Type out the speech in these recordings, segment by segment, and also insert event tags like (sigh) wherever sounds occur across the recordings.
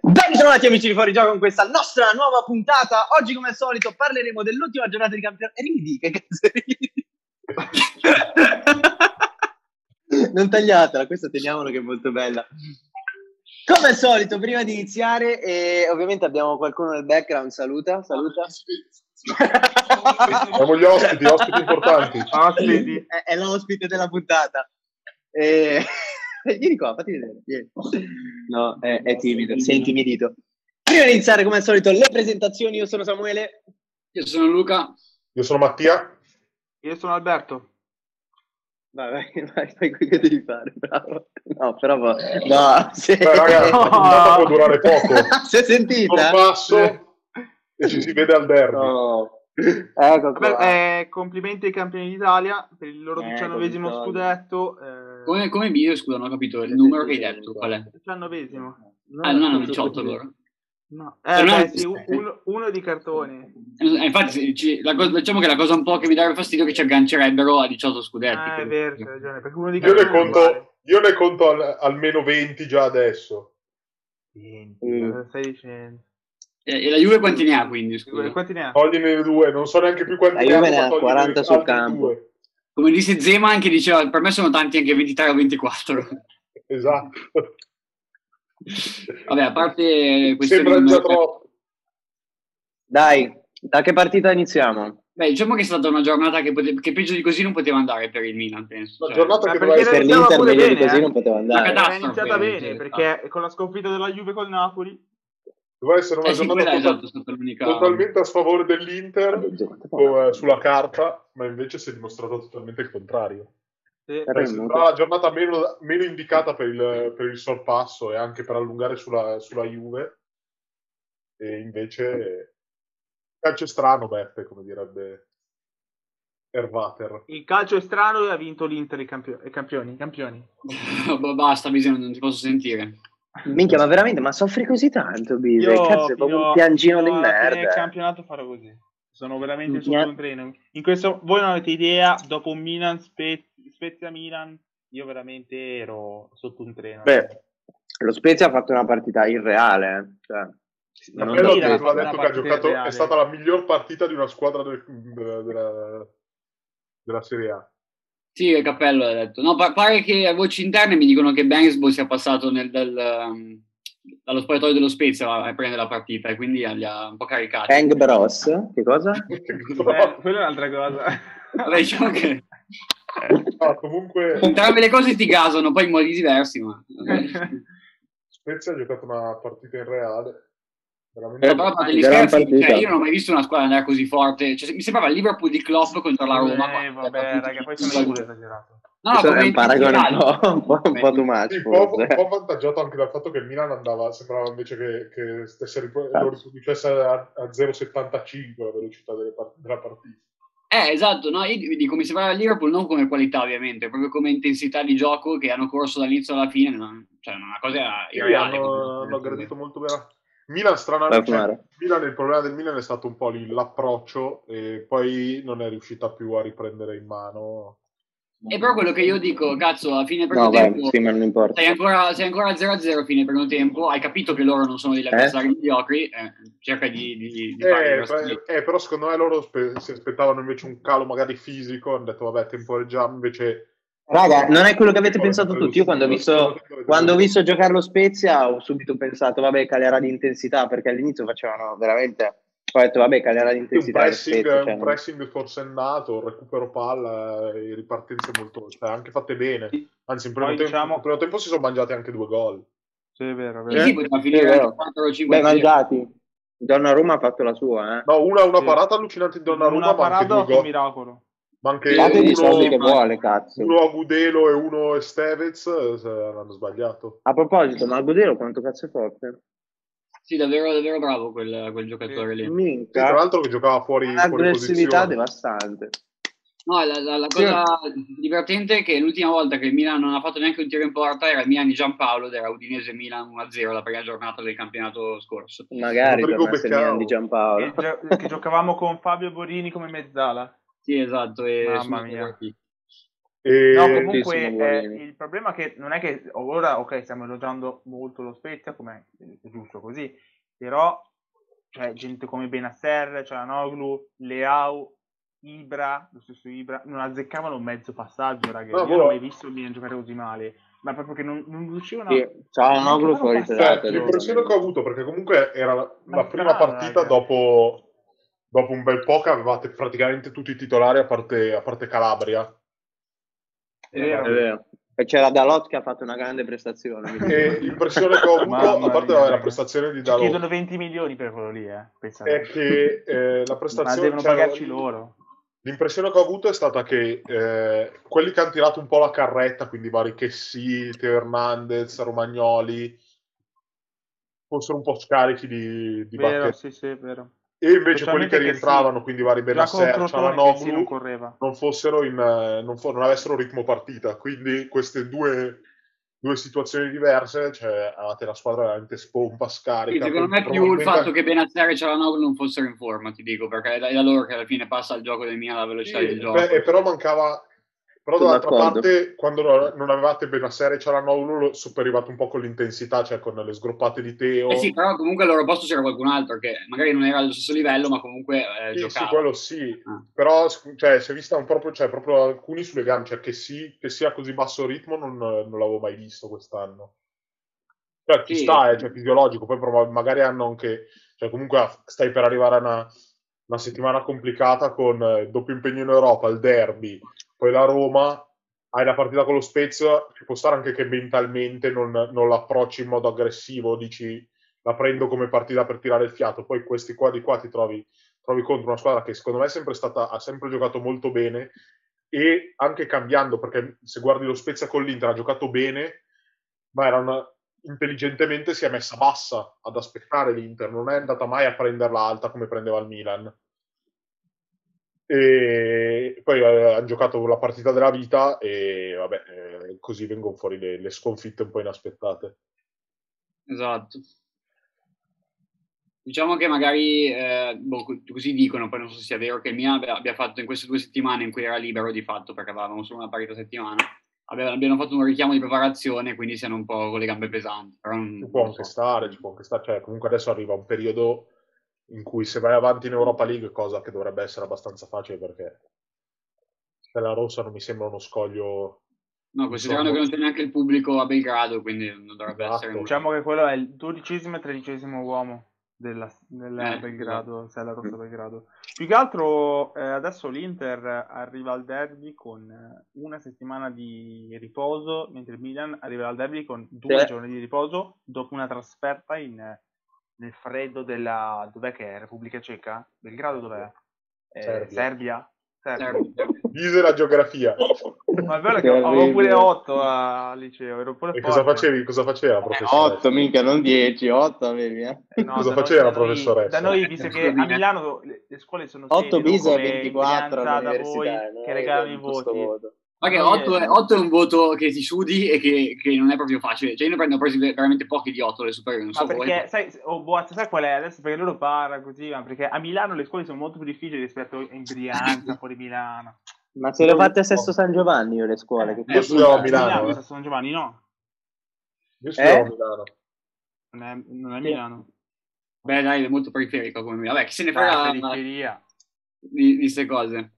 Bentornati amici di Fuori Gioco con questa nostra nuova puntata. Oggi come al solito parleremo dell'ultima giornata di campionato. Ridi, che cazzo ridi? non tagliatela, questa teniamola che è molto bella. Come al solito, prima di iniziare, eh, ovviamente abbiamo qualcuno nel background, saluta, saluta. Siamo gli ospiti, ospiti importanti. Ospiti, è, è l'ospite della puntata. Eh, (laughs) vieni qua, fatti vedere. vieni. No, è, è timido, sei intimidito. Prima di iniziare, come al solito, le presentazioni. Io sono Samuele. Io sono Luca. Io sono Mattia. Io sono Alberto. Vai, vai, vai, fai quello che devi fare, bravo. No, però... va- No, se... Beh, (laughs) raga, la puntata può durare poco. si è sentita? Un passo e ci si vede al derby. No. Ecco Vabbè, qua. eh, complimenti ai campioni d'Italia per il loro Eh, 19 come scudetto. eh, Come, come mio, scusa, non ho capito il numero che hai detto. Qual è? 19esimo. Ah, non hanno 18 loro. No. Eh, Eh, no, beh, sì, eh. uno, uno di cartone. Eh, infatti, sì, ci- la cosa- diciamo che la cosa un po' che mi dava fastidio è che ci aggancerebbero a 18 scudetti. Ah, è quindi- vero, c'hai ragione. Perché uno di Io ne cartone conto, io ne conto al- almeno 20 già adesso. eh. Mm. Cosa stai dicendo? E, e la Juve quanti ne ha quindi? Scusa. Quanti ne ha? Togliene due, non so neanche più quanti La Juve hanno, ne ha ma togliene 40 sul altri campo. due. Come disse Zema, anche diceva: Per me sono tanti anche 23 o 24. Esatto. Vabbè, a parte questioni Sembra già numeriche- troppo. Dai, da che partita iniziamo? Beh, diciamo che è stata una giornata che, pote- che peggio di così non poteva andare per il Milan, penso. La Cioè, giornata Ma che perché doveva era- essere... Per iniziamo l'Inter pure meglio di bene, così eh. non poteva andare. Una Era catastrofe, iniziata bene sì. perché con la sconfitta della Juve col Napoli Doveva essere una eh sì, giornata quella è total- esatto, è stata l'unica. (laughs) totalmente a sfavore dell'Inter eh, sulla carta, ma invece si è dimostrato totalmente il contrario. sì. Eh, Sembrava la giornata meno, meno indicata per il, per il sorpasso e anche per allungare sulla, sulla Juve. E invece calcio è strano, Beppe, come direbbe Ervater. il calcio è strano e ha vinto l'Inter i campio- i campioni. I campioni. B- Boh, Basta, bisogna, non ti posso sentire. Minchia, ma veramente, ma soffri così tanto, Bise? Io Cazzo, è proprio fino- un piangino di fino alla fine del merda. eh. campionato farò così. Sono veramente Mi- sotto un treno. In questo voi non avete idea, dopo un Milan Spe- Spezia Milan, io veramente ero sotto un treno. Beh, lo Spezia ha fatto una partita irreale. eh. Cioè, Ma non Quello da che era poco. aveva una detto che ha partita giocato reale. è stata la miglior partita di una squadra del- della, della Serie A. Sì, il cappello ha detto. No, pa- pare che a voci interne mi dicono che Bangsbo sia passato nel, dal, um, dallo spogliatoio dello Spezia a, a prendere la partita e quindi li ha un po' caricati. Bang Bros, che cosa? (laughs) Eh, quella è un'altra cosa. (laughs) Vabbè, (laughs) diciamo che (laughs) No, comunque entrambe le cose ti gasano, poi in modi diversi, ma... Eh. Spezia ha giocato una partita irreale. Veramente... Però a parte gli Gran scherzi, partita. cioè, io non ho mai visto una squadra andare così forte. Cioè, se- mi sembrava il Liverpool di Klopp contro la Roma. Eh, ma- vabbè, raga, poi sono pure esagerato. No, no, Questo è come un paragone intensità. un po', un po', un po' too much, Sì, un po', forse. un (laughs) po' avvantaggiato anche dal fatto che il Milan andava, sembrava invece che, che stesse ripu- Ah. lo riproducesse a, a 0,75 la velocità delle par- della partita. Eh, esatto, no, io vi dico, mi sembrava il Liverpool non come qualità ovviamente, proprio come intensità di gioco che hanno corso dall'inizio alla fine, non- cioè una cosa Io irreale. l'hanno- l'ho gradito molto bene. Milan, Vai a stranamente, cioè, fumare. Milan, il problema del Milan è stato un po' lì l'approccio e poi non è riuscita più a riprendere in mano. E però quello che io dico, cazzo, a fine primo No, vai, tempo sì, ma non importa. sei ancora, sei ancora a 0-0 a fine primo tempo, hai capito che loro non sono Eh? degli avversari mediocri, eh, cerca di, di, di fare Eh, il resto lì. beh, eh, però secondo me loro spe- si aspettavano invece un calo magari fisico, hanno detto vabbè temporeggiamo, invece... Raga, non è quello che avete pensato tutti. Io quando ho visto, quando ho visto giocare lo Spezia ho subito pensato, vabbè, calerà di intensità, perché all'inizio facevano veramente... Ho detto, vabbè, calerà di un intensità lo pressing, Spezia. cioè, un non- pressing forsennato, un recupero palla e ripartenze molto, cioè, anche fatte bene. Anzi, in primo, Poi tempo, diciamo- in primo tempo si sono mangiati anche due gol. Sì, è vero, è Eh, vero. sì, poteva finire Sì, vero. anche 4 o 5 Beh, mangiati. Donnarumma ha fatto la sua, eh. No, una, una Sì. parata allucinante di Donnarumma, Una ma anche parata due un gol. miracolo. Ma anche Date Dategli i soldi uno, che vuole, cazzo. uno a Gudelo e uno a Stevez eh, se l'hanno sbagliato. A proposito, ma Godero quanto cazzo è forte? Sì, davvero, davvero bravo quel, quel giocatore lì. Sì, tra Esatto. Minchia. l'altro che giocava fuori, fuori Un'aggressività posizione. devastante. No, la, la- la cosa divertente è che l'ultima volta che il Milan non ha fatto neanche un tiro in porta era il Milan di Giampaolo ed era Udinese Milan 1-0 la prima giornata del campionato scorso. Magari Rodrigo tornasse il Beccao. Milan di Giampaolo. Che, gio- che giocavamo con Fabio Borini come mezzala. Sì, esatto. E Mamma sono mia. divertiti. E- No, Tantissimo comunque eh, Guarini. il problema è che non è che ora, ok, stiamo elogiando molto lo Spezia, come è giusto così, però cioè, gente come Benasser, Cialanoglu, Leao, Ibra, lo stesso Ibra, non azzeccavano un mezzo passaggio, raga. No, Io boh. non ho mai visto il Milan giocare così male, ma proprio che non, non riuscivano a... Ciao, no, Noglu fuori fuori Cioè, serata, l'impressione che ho avuto, perché comunque era la, Ma la brava, prima partita raga. dopo, dopo un bel po' che avevate praticamente tutti i titolari a parte, a parte Calabria. È vero. È vero. E c'era Dalot che ha fatto una grande prestazione. mi E sembra. l'impressione che ho avuto, Mamma a parte mia, la- la raga. prestazione di Ci chiedono Dalot, 20 milioni per quello lì, eh. pensate. è che eh, la ma prestazione... devono cioè, pagarci loro. L'impressione che ho avuto è stata che eh, quelli che hanno tirato un po' la carretta, quindi vari Chessy, Teo Hernandez, Romagnoli, fossero un po' scarichi di, di Vero, bacche. sì, sì, è vero. E invece quelli Specialmente che Chessy. rientravano, quindi vari Giacomo Benasser, Crotone che sì, non Cialanoglu, correva. non fossero in, eh, non, fo- non avessero ritmo partita. Quindi queste due, due situazioni diverse, cioè avevate la squadra veramente spompa, Sì, scarica. secondo me più il probabilmente- fatto che Benazzare e Cialanoglu non fossero in forma, ti dico, perché è da, è da loro che alla fine passa il gioco del Milan la velocità Sì, del gioco. beh, e però mancava. Però Sono dall'altra d'accordo. parte, quando no- non avevate Benasser e Cialanoglu, lo sopperivato un po' con l'intensità, cioè con le sgroppate di Teo. Eh sì, però comunque al loro posto c'era qualcun altro che magari non era allo stesso livello, ma comunque eh, Sì, sì, giocava. quello sì. Ah. Però sc- cioè, si è vista un proprio, cioè, proprio alcuni sulle gambe, cioè che, sì, che sia a così basso ritmo non, non l'avevo mai visto quest'anno. Cioè, ci Sì. sta, è cioè, fisiologico, poi proba- magari hanno anche... Cioè, comunque stai per arrivare a una, una settimana complicata con eh, il doppio impegno in Europa, il derby, poi la Roma, hai la partita con lo Spezia, ci può stare anche che mentalmente non, non l'approcci in modo aggressivo, dici la prendo come partita per tirare il fiato, poi questi qua di qua ti trovi trovi contro una squadra che secondo me è sempre stata, ha sempre giocato molto bene e anche cambiando, perché se guardi lo Spezia con l'Inter ha giocato bene, ma era una- intelligentemente si è messa bassa ad aspettare l'Inter, non è andata mai a prenderla alta come prendeva il Milan. E poi eh, hanno giocato la partita della vita e vabbè, eh, così vengono fuori le, le sconfitte un po' inaspettate. Esatto. Diciamo che magari, eh, boh, co- così dicono, poi non so se sia vero, che il Milan abbia, abbia fatto in queste due settimane in cui era libero di fatto, perché avevamo solo una parità settimana, abbia- abbiano fatto un richiamo di preparazione, quindi siano un po' con le gambe pesanti. Però non- Ci può Mm, non anche so. stare, ci può anche stare. Cioè, comunque adesso arriva un periodo in cui se vai avanti in Europa League, cosa che dovrebbe essere abbastanza facile perché se la rossa non mi sembra uno scoglio. No, considerando Insomma. che non c'è neanche il pubblico a Belgrado, quindi non dovrebbe Esatto. essere... un- Diciamo che quello è il dodicesimo e tredicesimo uomo della, della Eh, Belgrado, se è la rossa Belgrado. Più che altro eh, adesso l'Inter arriva al derby con eh, una settimana di riposo, mentre il Milan arriverà al derby con due Sì. giorni di riposo dopo una trasferta in, eh, nel freddo della... dov'è che è? Repubblica Ceca? Belgrado dov'è? Eh, Serbia. Serbia? Serbia. Serve- serve- Dise la geografia. Oh, Ma è vero che avevo pure eh. 8 al liceo, ero pure E cosa forte. facevi? Cosa faceva, professore? 8 mica, non 10, 8 avevi, eh. Eh, no, Cosa da noi- faceva la da noi- professoressa? Da noi, visto che a Milano le, le scuole sono 8 sedi, bis e come 24 Brianza da voi all'università. no? che regalano i Con questo voti. voto. Ma che 8 è, otto è un voto che ti sudi e che, che non è proprio facile. Cioè, io ne prendo ho presi veramente pochi di 8 le superiori, non Ma so voi. perché, sai, oh, Boazza, sai qual è adesso? Perché loro parla così, ma perché a Milano le scuole sono molto più difficili rispetto in Brianza, fuori Milano. Ma se lo fate a Sesto San Giovanni io le scuole, che Io cazzo- studiavo a Eh, Milano, eh. San San Giovanni no, Io studiavo Eh? a Milano. non è, non è Sì. Milano. Beh, dai, è molto periferico come me. Vabbè, chi se ne Ah, frega periferia. di queste cose.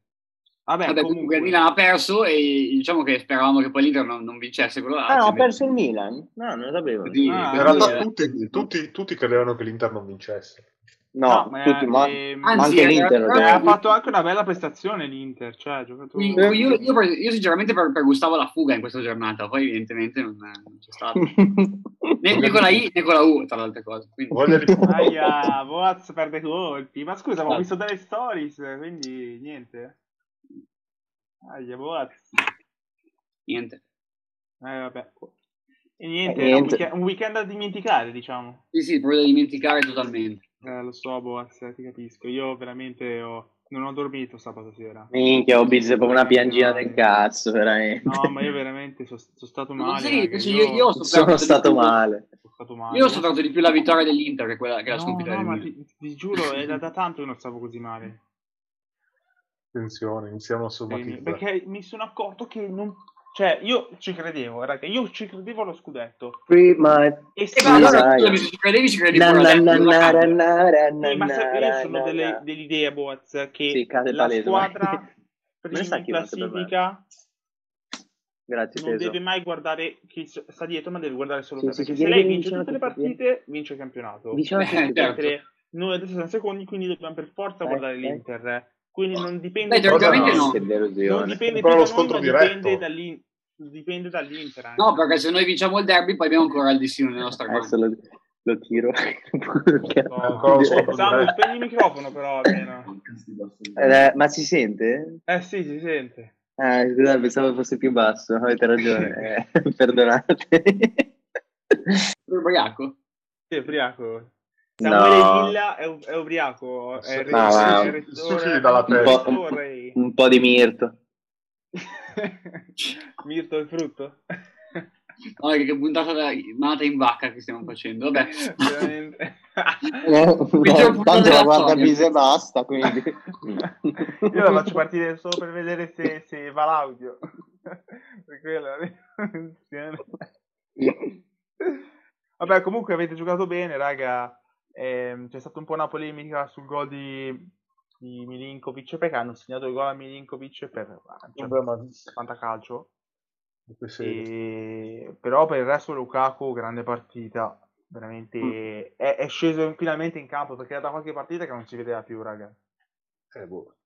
Vabbè, Vabbè, comunque comunque, il Milan ha perso e diciamo che speravamo che poi l'Inter non, non vincesse quello là. Ah, no, ha Cioè, perso il Milan? No, non lo sapevo. Sì, Ah, In per realtà dire. tutti, tutti, tutti credevano che l'Inter non vincesse. No, tutti, ma... ehm, ma Anzi, anche l'Inter lo era- eh, deve- ha fatto anche una bella prestazione l'Inter, cioè, ha giocato... Quindi, Io, io per- io sinceramente per, per Gustavo la fuga in questa giornata, poi evidentemente non, non c'è (laughs) stato. (laughs) Né, né con la I né con la U, tra le altre cose. Quindi, Voglia di Aia, Boaz perde colpi. Ma scusa, ma Esatto. ho visto delle stories, quindi niente. Aia, Boaz. niente. Eh, vabbè. E niente, Eh, niente. Un, weekend, un weekend da dimenticare, diciamo. Sì, sì, proprio da dimenticare totalmente. Eh, lo so, Boaz, ti capisco. Io veramente ho- non ho dormito sabato sera. Minchia, ho bisogno proprio una piangina del cazzo, veramente. No, ma io veramente sono stato Ma male. sì, raga, sì, io- io so- Sono stato male. sono stato male. Io ho sofferto di più la vittoria dell'Inter che, quella, che la No, sconfitta no, del ma Milan. ti, ti giuro, era da tanto che non stavo così male. attenzione, iniziamo a Sì, mi- sommatizzare. perché mi sono accorto che non Cioè, io ci credevo, raga, io ci credevo allo scudetto. Prima... E Eh, se- ma allora, dai. scusami, se ci credevi, ci credevi Na, pure na, adesso, na, non lo na, cambio. na, na, na, Eh, ma sai, io na, sono na, delle, na. dell'idea, Boaz, che Sì, cade la palese, vai. (laughs) squadra Me ne prima sa in chi vince per me. classifica Grazie, non Teso. deve mai guardare chi s- sta dietro, ma deve guardare solo Sì, te. sì, perché sì, se viene lei che vince vince tutte le una partita. partite, vince il campionato. Diciamo Eh, che certo. Mentre noi adesso siamo secondi, quindi dobbiamo per forza Eh, guardare eh. l'Inter. Quindi non dipende Beh, teoricamente no. Sì, è vero, Non Zione. dipende Però lo più da noi, scontro ma diretto. dipende, dall'in- dipende dall'Inter. anche. No, perché se noi vinciamo il derby, poi abbiamo ancora il destino nella nostra mano. Adesso lo, lo tiro. No, Ancora lo scontro Samu, diretto. spegni il microfono però almeno. Eh, ma si sente? Eh sì, si sente. Ah, scusate, pensavo fosse più basso, avete (laughs) ragione, eh, perdonate. Sono ubriaco. Sì, è ubriaco. No. Samuele Villa è, u- è ubriaco. È re- Ma va. è rettore- Sushi dalla è testa. rettore. (laughs) Un po' di mirto. Mirto il frutto. Oh, che puntata da nata in vacca che stiamo facendo. Vabbè. Eh, Veramente. (laughs) (laughs) punto tanto della la guarda storia. Bise e basta, quindi. (laughs) Io la faccio partire solo per vedere se, se va l'audio. (laughs) Per quello. (laughs) Vabbè, comunque avete giocato bene, raga. Ehm, c'è stata un po' una polemica sul gol di, di Milinkovic perché hanno segnato il gol a Milinkovic per Vabbè, ma- calcio. Sì. Però per il resto Lukaku, grande partita. Mm. Veramente è, è sceso finalmente in campo perché era da qualche partita che non si vedeva più, raga. Eh, boh.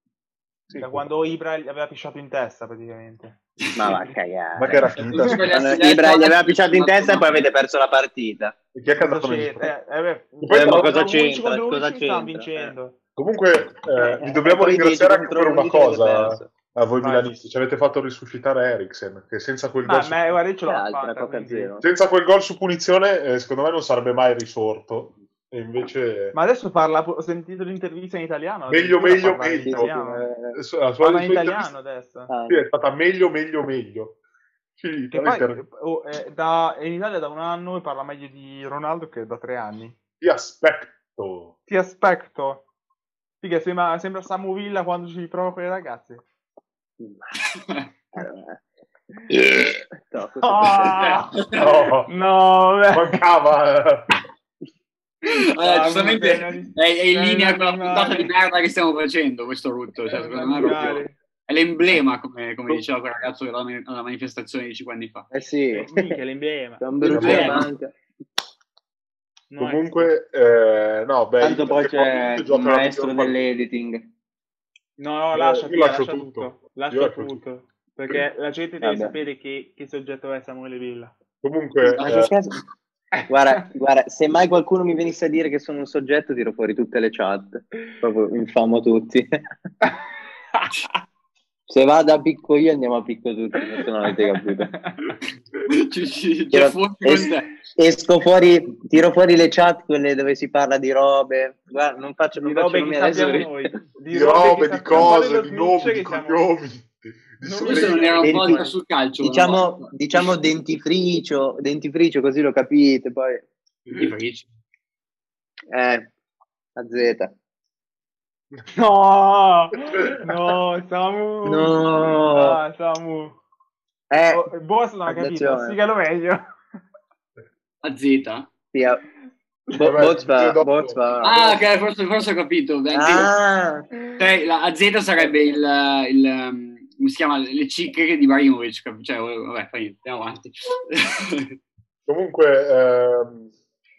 Sì, boh. Da sì. quando Ibra gli aveva pisciato in testa praticamente. Ma va a cagare. Ma che Eh, era Se tu (laughs) finta? sbagli a Allora, sinistra, Ibra gli eh, aveva adesso- picciato in testa e poi (laughs) avete perso la partita. Chi è che ha dato Cosa la c'è- risposta? eh, eh, beh, poi però cosa da 11 c'entra? contro Cosa 11 stanno c'entra? vincendo. Comunque, eh, vi dobbiamo Poi ringraziare anche dieci per una contro undici avete cosa eh, perso. a voi Vai. milanisti. Ci avete fatto risuscitare Eriksen, che senza eh. quel Ma gol a su- me guarda, io ce l'ho Peraltro, fatta. era Coca quindi. Zero. senza quel gol su punizione, eh, secondo me non sarebbe mai risorto. E invece Ma adesso parla, ho sentito l'intervista in italiano. Meglio, meglio, addirittura parla in meglio. italiano. la sua, la sua- Parla la in sua intervista italiano adesso. Ah, sì, è stata meglio, meglio, meglio. Sì, Che tra poi, l'inter- oh, eh, da- è in Italia da un anno e parla meglio di Ronaldo che da tre anni. Ti (laughs) aspetto. Ti aspetto. Figa, sembra, sembra Samu Villa quando ci prova con le ragazze. allora. No, questo Ah! No, No, beh. mancava. eh. Allora, Ah, giustamente vabbè, non- è, è in non linea con la arrivare. puntata di merda che stiamo facendo questo rutto. Cioè, secondo me è, proprio, è l'emblema, come, Oh. come diceva quel ragazzo alla, alla manifestazione di 5 anni (laughs) fa. Eh Oh, sì. Minchia, l'emblema. Don Bruno Eh, in ma- banca. No, Comunque, eh, no, beh, Tanto poi perché c'è Conte il gioca la maestro miglior dell'editing. No, no, Eh, lascia, io via, lascio lascia tutto. tutto. Lascia Io lascio tutto. Perché la gente deve Vabbè. sapere che, che soggetto è Samuele Villa. Comunque, Ma eh, che cazzo? Eh, Guarda, guarda, se mai qualcuno mi venisse a dire che sono un soggetto, tiro fuori tutte le chat. Proprio (laughs) infamo tutti. (laughs) Se vado a picco io, andiamo a picco tutti. Se non avete capito. Ci- ci- Tiro- c'è fuori con es- te. esco fuori, tiro fuori le chat, quelle dove si parla di robe. Guarda, non faccio, non Di faccio robe nomi che adesso eh. sappiamo perché- noi. di robe, che di sappiamo. cose, di Guardate lo nomi, Twitch di che siamo- cognomi. Di Non sorelle. Questo non era un Vedi, podcast sul calcio. Diciamo, diciamo dentifricio, dentifricio, così lo capite. Poi, eh, a Z. Eh, No, no, Samu. No. Ah, Samu. Eh, Oh, il boss non ha capito, attenzione. spiegalo meglio. A Z. sì, a- Bo- Vabbè, Bots fa- dopo. Bots fa- Ah, ok, forse, forse ho capito. Beh, Ah, Cioè, la AZ sarebbe il, il, um, come si chiama, le cicche di Ibrahimovic, cap- cioè, vabbè, poi andiamo (laughs) avanti. Comunque, ehm,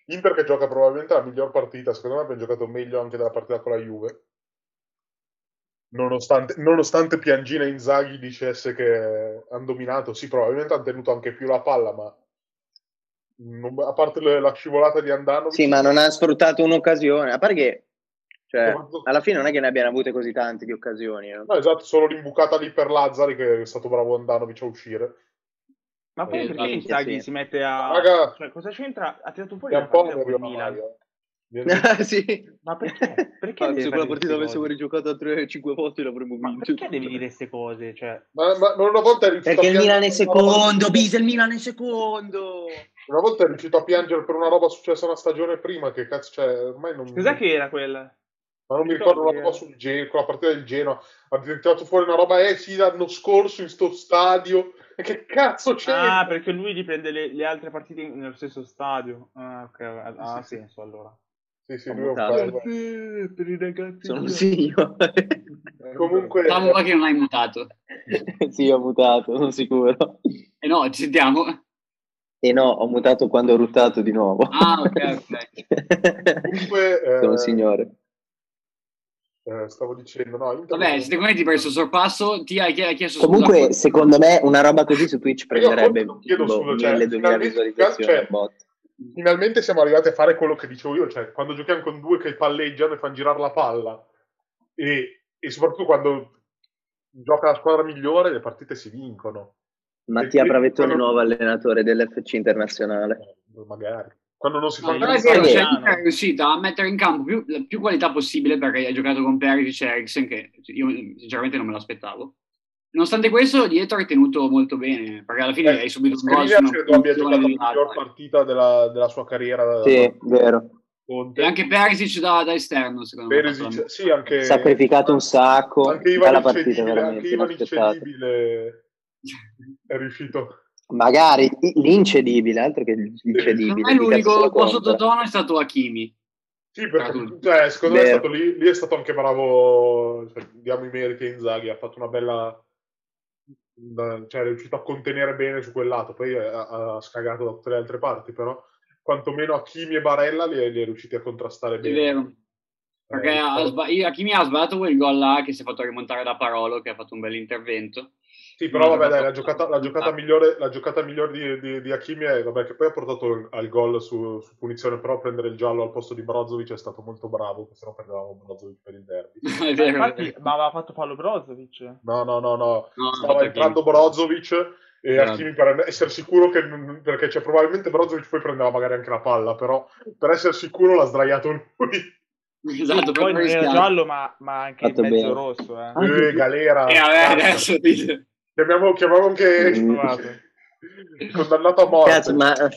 Inter che gioca probabilmente la miglior partita, secondo me abbiamo giocato meglio anche della partita con la Juve. Nonostante, nonostante Piangina e Inzaghi dicesse che hanno dominato, sì, probabilmente hanno tenuto anche più la palla, ma non- a parte le- la scivolata di Andanovic, sì, ma non ha sfruttato un'occasione. A parte che, cioè, Soprattutto- alla fine non è che ne abbiano avute così tante di occasioni. eh. no? no, esatto, solo l'imbucata lì per Lazzari che è stato bravo Andanovic a uscire. Ma poi Eh, perché minchia, Inzaghi sì. si mette a... Raga. Cioè, cosa c'entra? Ha tirato fuori E la un po' partita non con il arriva Milan. Mario. (laughs) sì. Ma perché? Perché (laughs) Ah, devi se fare quella partita queste avessimo cose? rigiocato altre 5 volte l'avremmo Ma vinto. perché devi dire queste cose? Cioè, Ma, ma non una volta è riuscito Perché a il piangere Milan è per una roba- secondo, Bisa, il Milan è secondo. Una volta è riuscito a piangere per una roba successa una stagione prima, che cazzo, cioè, ormai non... cos'è che era quella? Ma non mi ricordo una roba sul Genoa, con la partita del Genoa, ha tirato fuori una roba, eh sì, l'anno scorso in sto stadio, E che cazzo c'è? Ah, perché lui riprende le, le altre partite in- nello stesso stadio. Ah, ok, ha Sì, sì. senso allora. Sì, sì, ho lui è un buttato. perdo. per i ragazzi. Sono un signore. Comunque, eh, Stavo che non hai mutato. (laughs) sì, ho mutato, sono sicuro. E no, ci sentiamo. E no, ho mutato quando ho ruttato di nuovo. Ah, ok, Comunque, (laughs) eh, sono un signore. eh, stavo dicendo, no, Inter- Vabbè, sicuramente ti hai preso il sorpasso, ti hai chi- hai chiesto scusa. Comunque, secondo me, una roba così su Twitch prenderebbe Io non chiedo boh, scusa, cioè, 1000-2000 finalmente, visualizzazioni. cioè, a bot. finalmente siamo arrivati a fare quello che dicevo io, cioè quando giochiamo con due che palleggiano e fanno girare la palla e, e soprattutto quando gioca la squadra migliore le partite si vincono, Mattia Bravettone, quando- nuovo allenatore dell'FC internazionale. Eh, magari. Quando non si No, fa però è Sì, vero, sì. cioè, l'Inter è riuscita a mettere in campo più, la più qualità possibile perché ha giocato con Perisic e Eriksen che io sinceramente non me l'aspettavo. Nonostante questo, dietro hai tenuto molto bene perché alla fine Eh, hai subito un gol. Skriniar su una credo abbia punizione giocato la dell'Alba. miglior partita della, della sua carriera Sì, vero. Conte. E anche Perisic da, da esterno, secondo me. ha fatto Perisic, la- sì, anche Sacrificato un sacco. anche Bella Ivan partita, Incedibile, anche veramente. Ivan inaspettata. Incedibile è riuscito. Magari i- l'incedibile, altro che l'incedibile. Secondo me chi cazzo se l'unico lo un po' compra? sottotono è stato Hakimi. Sì, Tra perché tutti. cioè, secondo me è Vero. stato lì, lì è stato anche bravo, cioè, diamo i meriti a Inzaghi, ha fatto una bella... una- cioè è riuscito a contenere bene su quel lato, poi eh, ha, ha scagato da tutte le altre parti, però quantomeno Hakimi e Barella li, è- li è riusciti a contrastare È bene. vero. Eh, Perché ha sba- io- Hakimi ha sbagliato quel gol là che si è fatto rimontare da Parolo, che ha fatto un bel intervento. (laughs) Sì, però Ha vabbè, dai, la, giocato- giocata, la giocata migliore, la giocata migliore di, di, di Hakimi è, vabbè, che poi ha portato al gol su, su punizione, però prendere il giallo al posto di Brozovic è stato molto bravo, perché sennò prendevamo Brozovic per il derby. È Ma vero, è Eh, infatti, vero. ma aveva fatto Paolo Brozovic. No, no, no, no, No, Ah, no, stava perché- entrando Brozovic e Bravo. Hakimi per essere sicuro che, non- perché cioè, probabilmente Brozovic poi prendeva magari anche la palla, però per essere sicuro l'ha sdraiato lui. Esatto, Poi proprio non era rischiato. giallo, ma, ma anche Fatto mezzo bene. rosso. Eh. Ah, Eh, galera, Eh, vabbè, cazzo. adesso dice. chiamiamo, chiamiamo anche Mm. condannato a morte. Cazzo, ma... (laughs)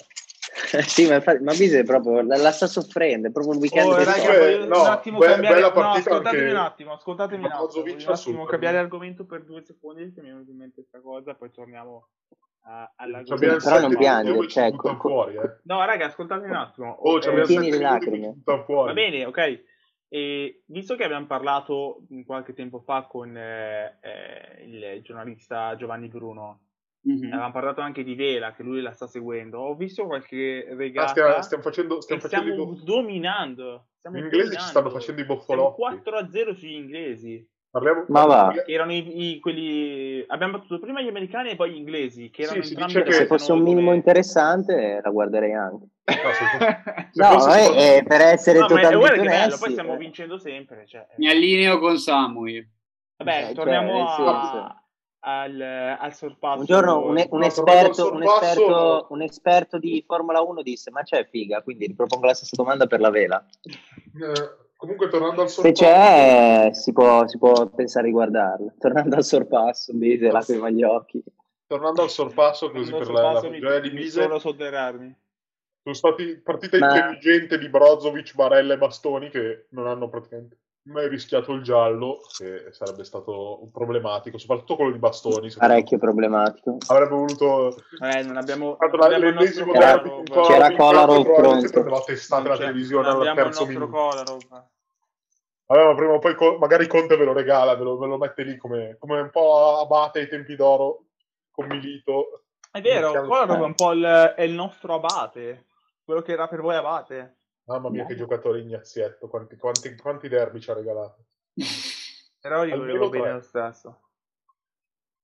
Sì, ma, infatti- ma Bise proprio la, la sta soffrendo, è proprio un weekend. Oh, che raga, soffre. voglio no, un attimo be- cambiare. bella No, partita ascoltatemi anche- un attimo, ascoltatemi un attimo. Brozovic Voglio un attimo assolutamente. cambiare argomento per due secondi che mi è venuta in mente questa cosa, poi torniamo a, alla Ci Sì, però abbiamo sette non minuti piangere, dove ci cioè, buttano co- fuori, eh. No, raga, ascoltatemi un attimo. Oh, ci Eh, abbiamo Tieni le sette minuti dove lacrime. ci buttano fuori. Va bene, ok. E visto che abbiamo parlato mh, qualche tempo fa con eh, eh, il giornalista Giovanni Bruno, Mm. Mhm. avevamo parlato anche di Vela, che lui la sta seguendo. Ho visto qualche Ah, regata. stiamo, stiamo facendo, stiamo eh. e facendo i stiamo boff- dominando. Stiamo Gli inglesi ci stanno dominando. facendo i Siamo boffolotti. 4 a 0 sugli inglesi. Parliamo, Eh, Ma va. Che erano i, i- quelli. Abbiamo battuto prima gli americani e poi gli inglesi. Che Sì, erano si entrambi dice da che- se sette fosse un nove. minimo interessante, la guarderei anche. No, se- se No, fosse- eh, eh, per essere No, ma è- guarda totalmente che bello, onesti, poi stiamo eh, vincendo sempre. Cioè, Mi allineo con Samuel. Eh, Vabbè, cioè, torniamo nel a- senso- al, al sorpasso. un giorno un, un No, esperto, tornando un, al sorpasso- esperto, un esperto di Formula 1 disse: Ma c'è figa? Quindi ripropongo la stessa domanda per la vela. eh, comunque, tornando al Se sorpasso, c'è, si può, si può pensare di guardarla. (laughs) Tornando al sorpasso, Bise, lacrima agli occhi. tornando al sorpasso, così Tornando per al la, la sorpasso mi- gioia di mi Mise, Solo sotterrarmi. sono stati partite Ma- intelligenti di Brozovic, Barella e Bastoni che non hanno praticamente mai rischiato il giallo, che sarebbe stato un problematico, soprattutto quello di Bastoni. secondo me. Parecchio problematico. Avrebbe voluto Vabbè, Eh, non abbiamo. Tra non abbiamo il l'ennesimo nostro derby Kolarov. in C'era Kolarov, in Kolarov campo, probabilmente pronto. prendeva testate la Non c'è- televisione non al Cioè, abbiamo il terzo nostro minuto. Kolarov. Allora, prima o poi co- magari Conte ve lo regala, ve lo, ve lo mette lì come, come un po' Abate ai tempi d'oro con Milito. È vero, Iniziamo- Kolarov è un po' il, è il nostro abate. Quello che era per voi abate. Mamma mia, che giocatore Ignazietto, quanti, quanti, quanti derby ci ha regalato. Però io Almeno volevo bene tre. lo stesso.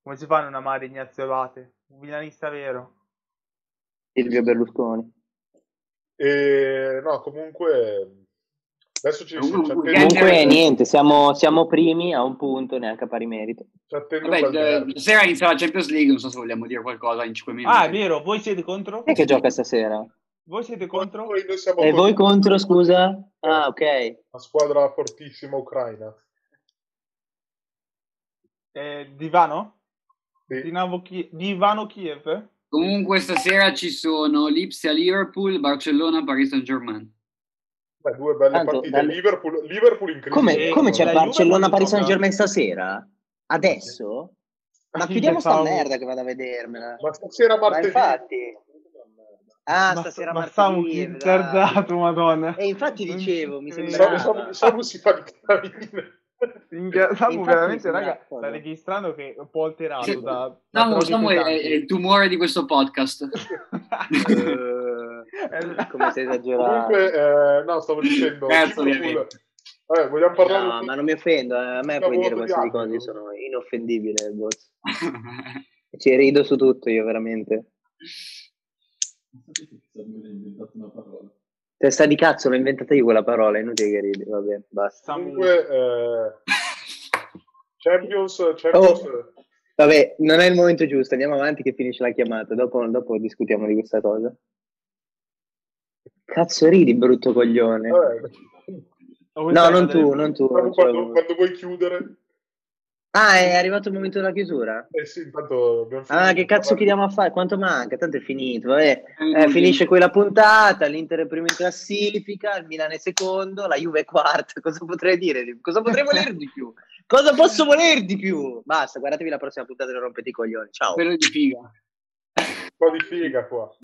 Come si fa a non amare Ignazio Abate? Un milanista vero. Silvio Berlusconi. E no, comunque, adesso ci, ci, ci Comunque, attende- Comunque, Genere- niente, siamo, siamo primi a un punto, neanche a pari merito. ci attende un Vabbè, bel eh, derby. stasera inizia la Champions League, non so se vogliamo dire qualcosa in 5 minuti. Ah, è vero, voi siete contro? Chi è che gioca stasera? Voi siete contro? Noi, noi siamo E con voi contro, scusa? Ah, ok. la squadra fortissima ucraina. Eh, Divano? Sì. Dinamo Chi- Divano Kiev? Comunque stasera ci sono Lipsia Liverpool, Barcellona, Paris Saint Germain. Beh, due belle Tanto, partite. dalle- Liverpool, Liverpool in crisi. Come, Sì, come la c'è Juve Barcellona non Paris gioca. Saint Germain stasera? Adesso? Ma Sì, chiudiamo sta pensavo- merda che vado a vedermela. Ma stasera Ma martedì... infatti. Ah, stasera ma Samu martedì. dai. chi Eh, ritardato, madonna. E infatti Non dicevo, mi ci Samu, sembrava. Samu- Samu si fa di cavine. Minchia, Samu Infatti mi veramente, sembra raga, d'accordo. sta registrando che è un po' alterato Sì. da... da Samu, droghe Samu è, è pesanti. (laughs) il tumore di questo podcast. Eh, come sei esagerato. Comunque, eh, no, stavo dicendo... Cazzo, Liverpool- ovviamente. Vabbè, vogliamo parlare No, un po'... ma non mi offendo, eh, a me puoi dire Lavoro di queste Adrian. cose, io sono inoffendibile, boss. Ci rido su tutto io, veramente. Testa di cazzo, l'ho inventata io quella parola, è inutile che ridi, vabbè, basta. Samu- Comunque, eh, Champions... Champions... Oh, Vabbè, non è il momento giusto, andiamo avanti che finisce la chiamata, dopo, dopo discutiamo di questa cosa. Cazzo ridi, brutto coglione. Vabbè, O no, questa non cosa tu, del- non tu. Samu, non ce quando, l'avevo. quando vuoi chiudere... Ah, è arrivato il momento della chiusura? Eh sì, intanto abbiamo finito. Ah, che cazzo chiediamo a fare? Quanto manca? Tanto è finito. Vabbè. Eh, finisce quella puntata, l'Inter è primo in classifica, il Milan è secondo, la Juve è quarta. Cosa potrei dire? di- Cosa potrei voler di più? Cosa posso voler di più? Basta, guardatevi la prossima puntata e non rompete i coglioni. Ciao. Quello di figa. Un po' di figa qua.